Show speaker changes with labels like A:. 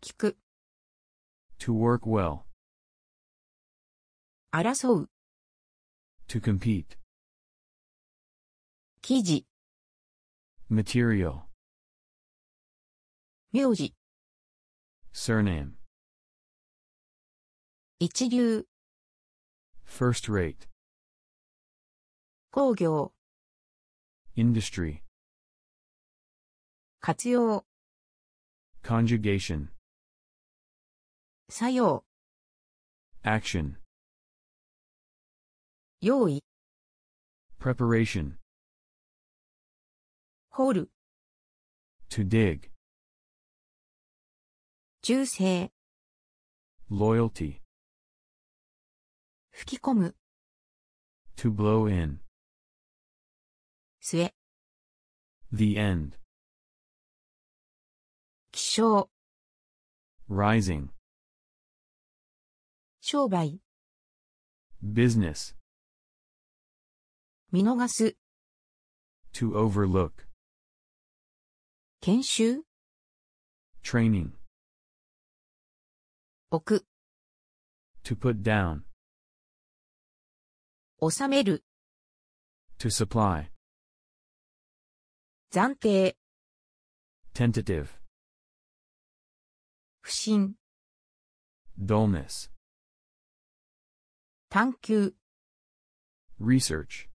A: 聞く、
B: To work well.
A: 争う、
B: To compete.
A: 記事、
B: Material.
A: 名字、
B: Surname.
A: 一流、
B: First rate.
A: 工業、
B: Industry.
A: 活用、
B: Conjugation.
A: 作用、
B: Action.
A: 用意、
B: Preparation.
A: 掘る、
B: To dig.
A: 中性、
B: Loyalty.
A: 吹き込む、
B: To blow in.
A: 末、
B: The end.
A: 気象、
B: Rising.
A: 商売、
B: Business.
A: 見逃す、
B: To overlook.
A: 研修、
B: Training.
A: 置く、
B: To put down.
A: 収める、
B: To supply.
A: 暫定、
B: Tentative.
A: 不審、
B: Dullness.
A: 探求、
B: Research.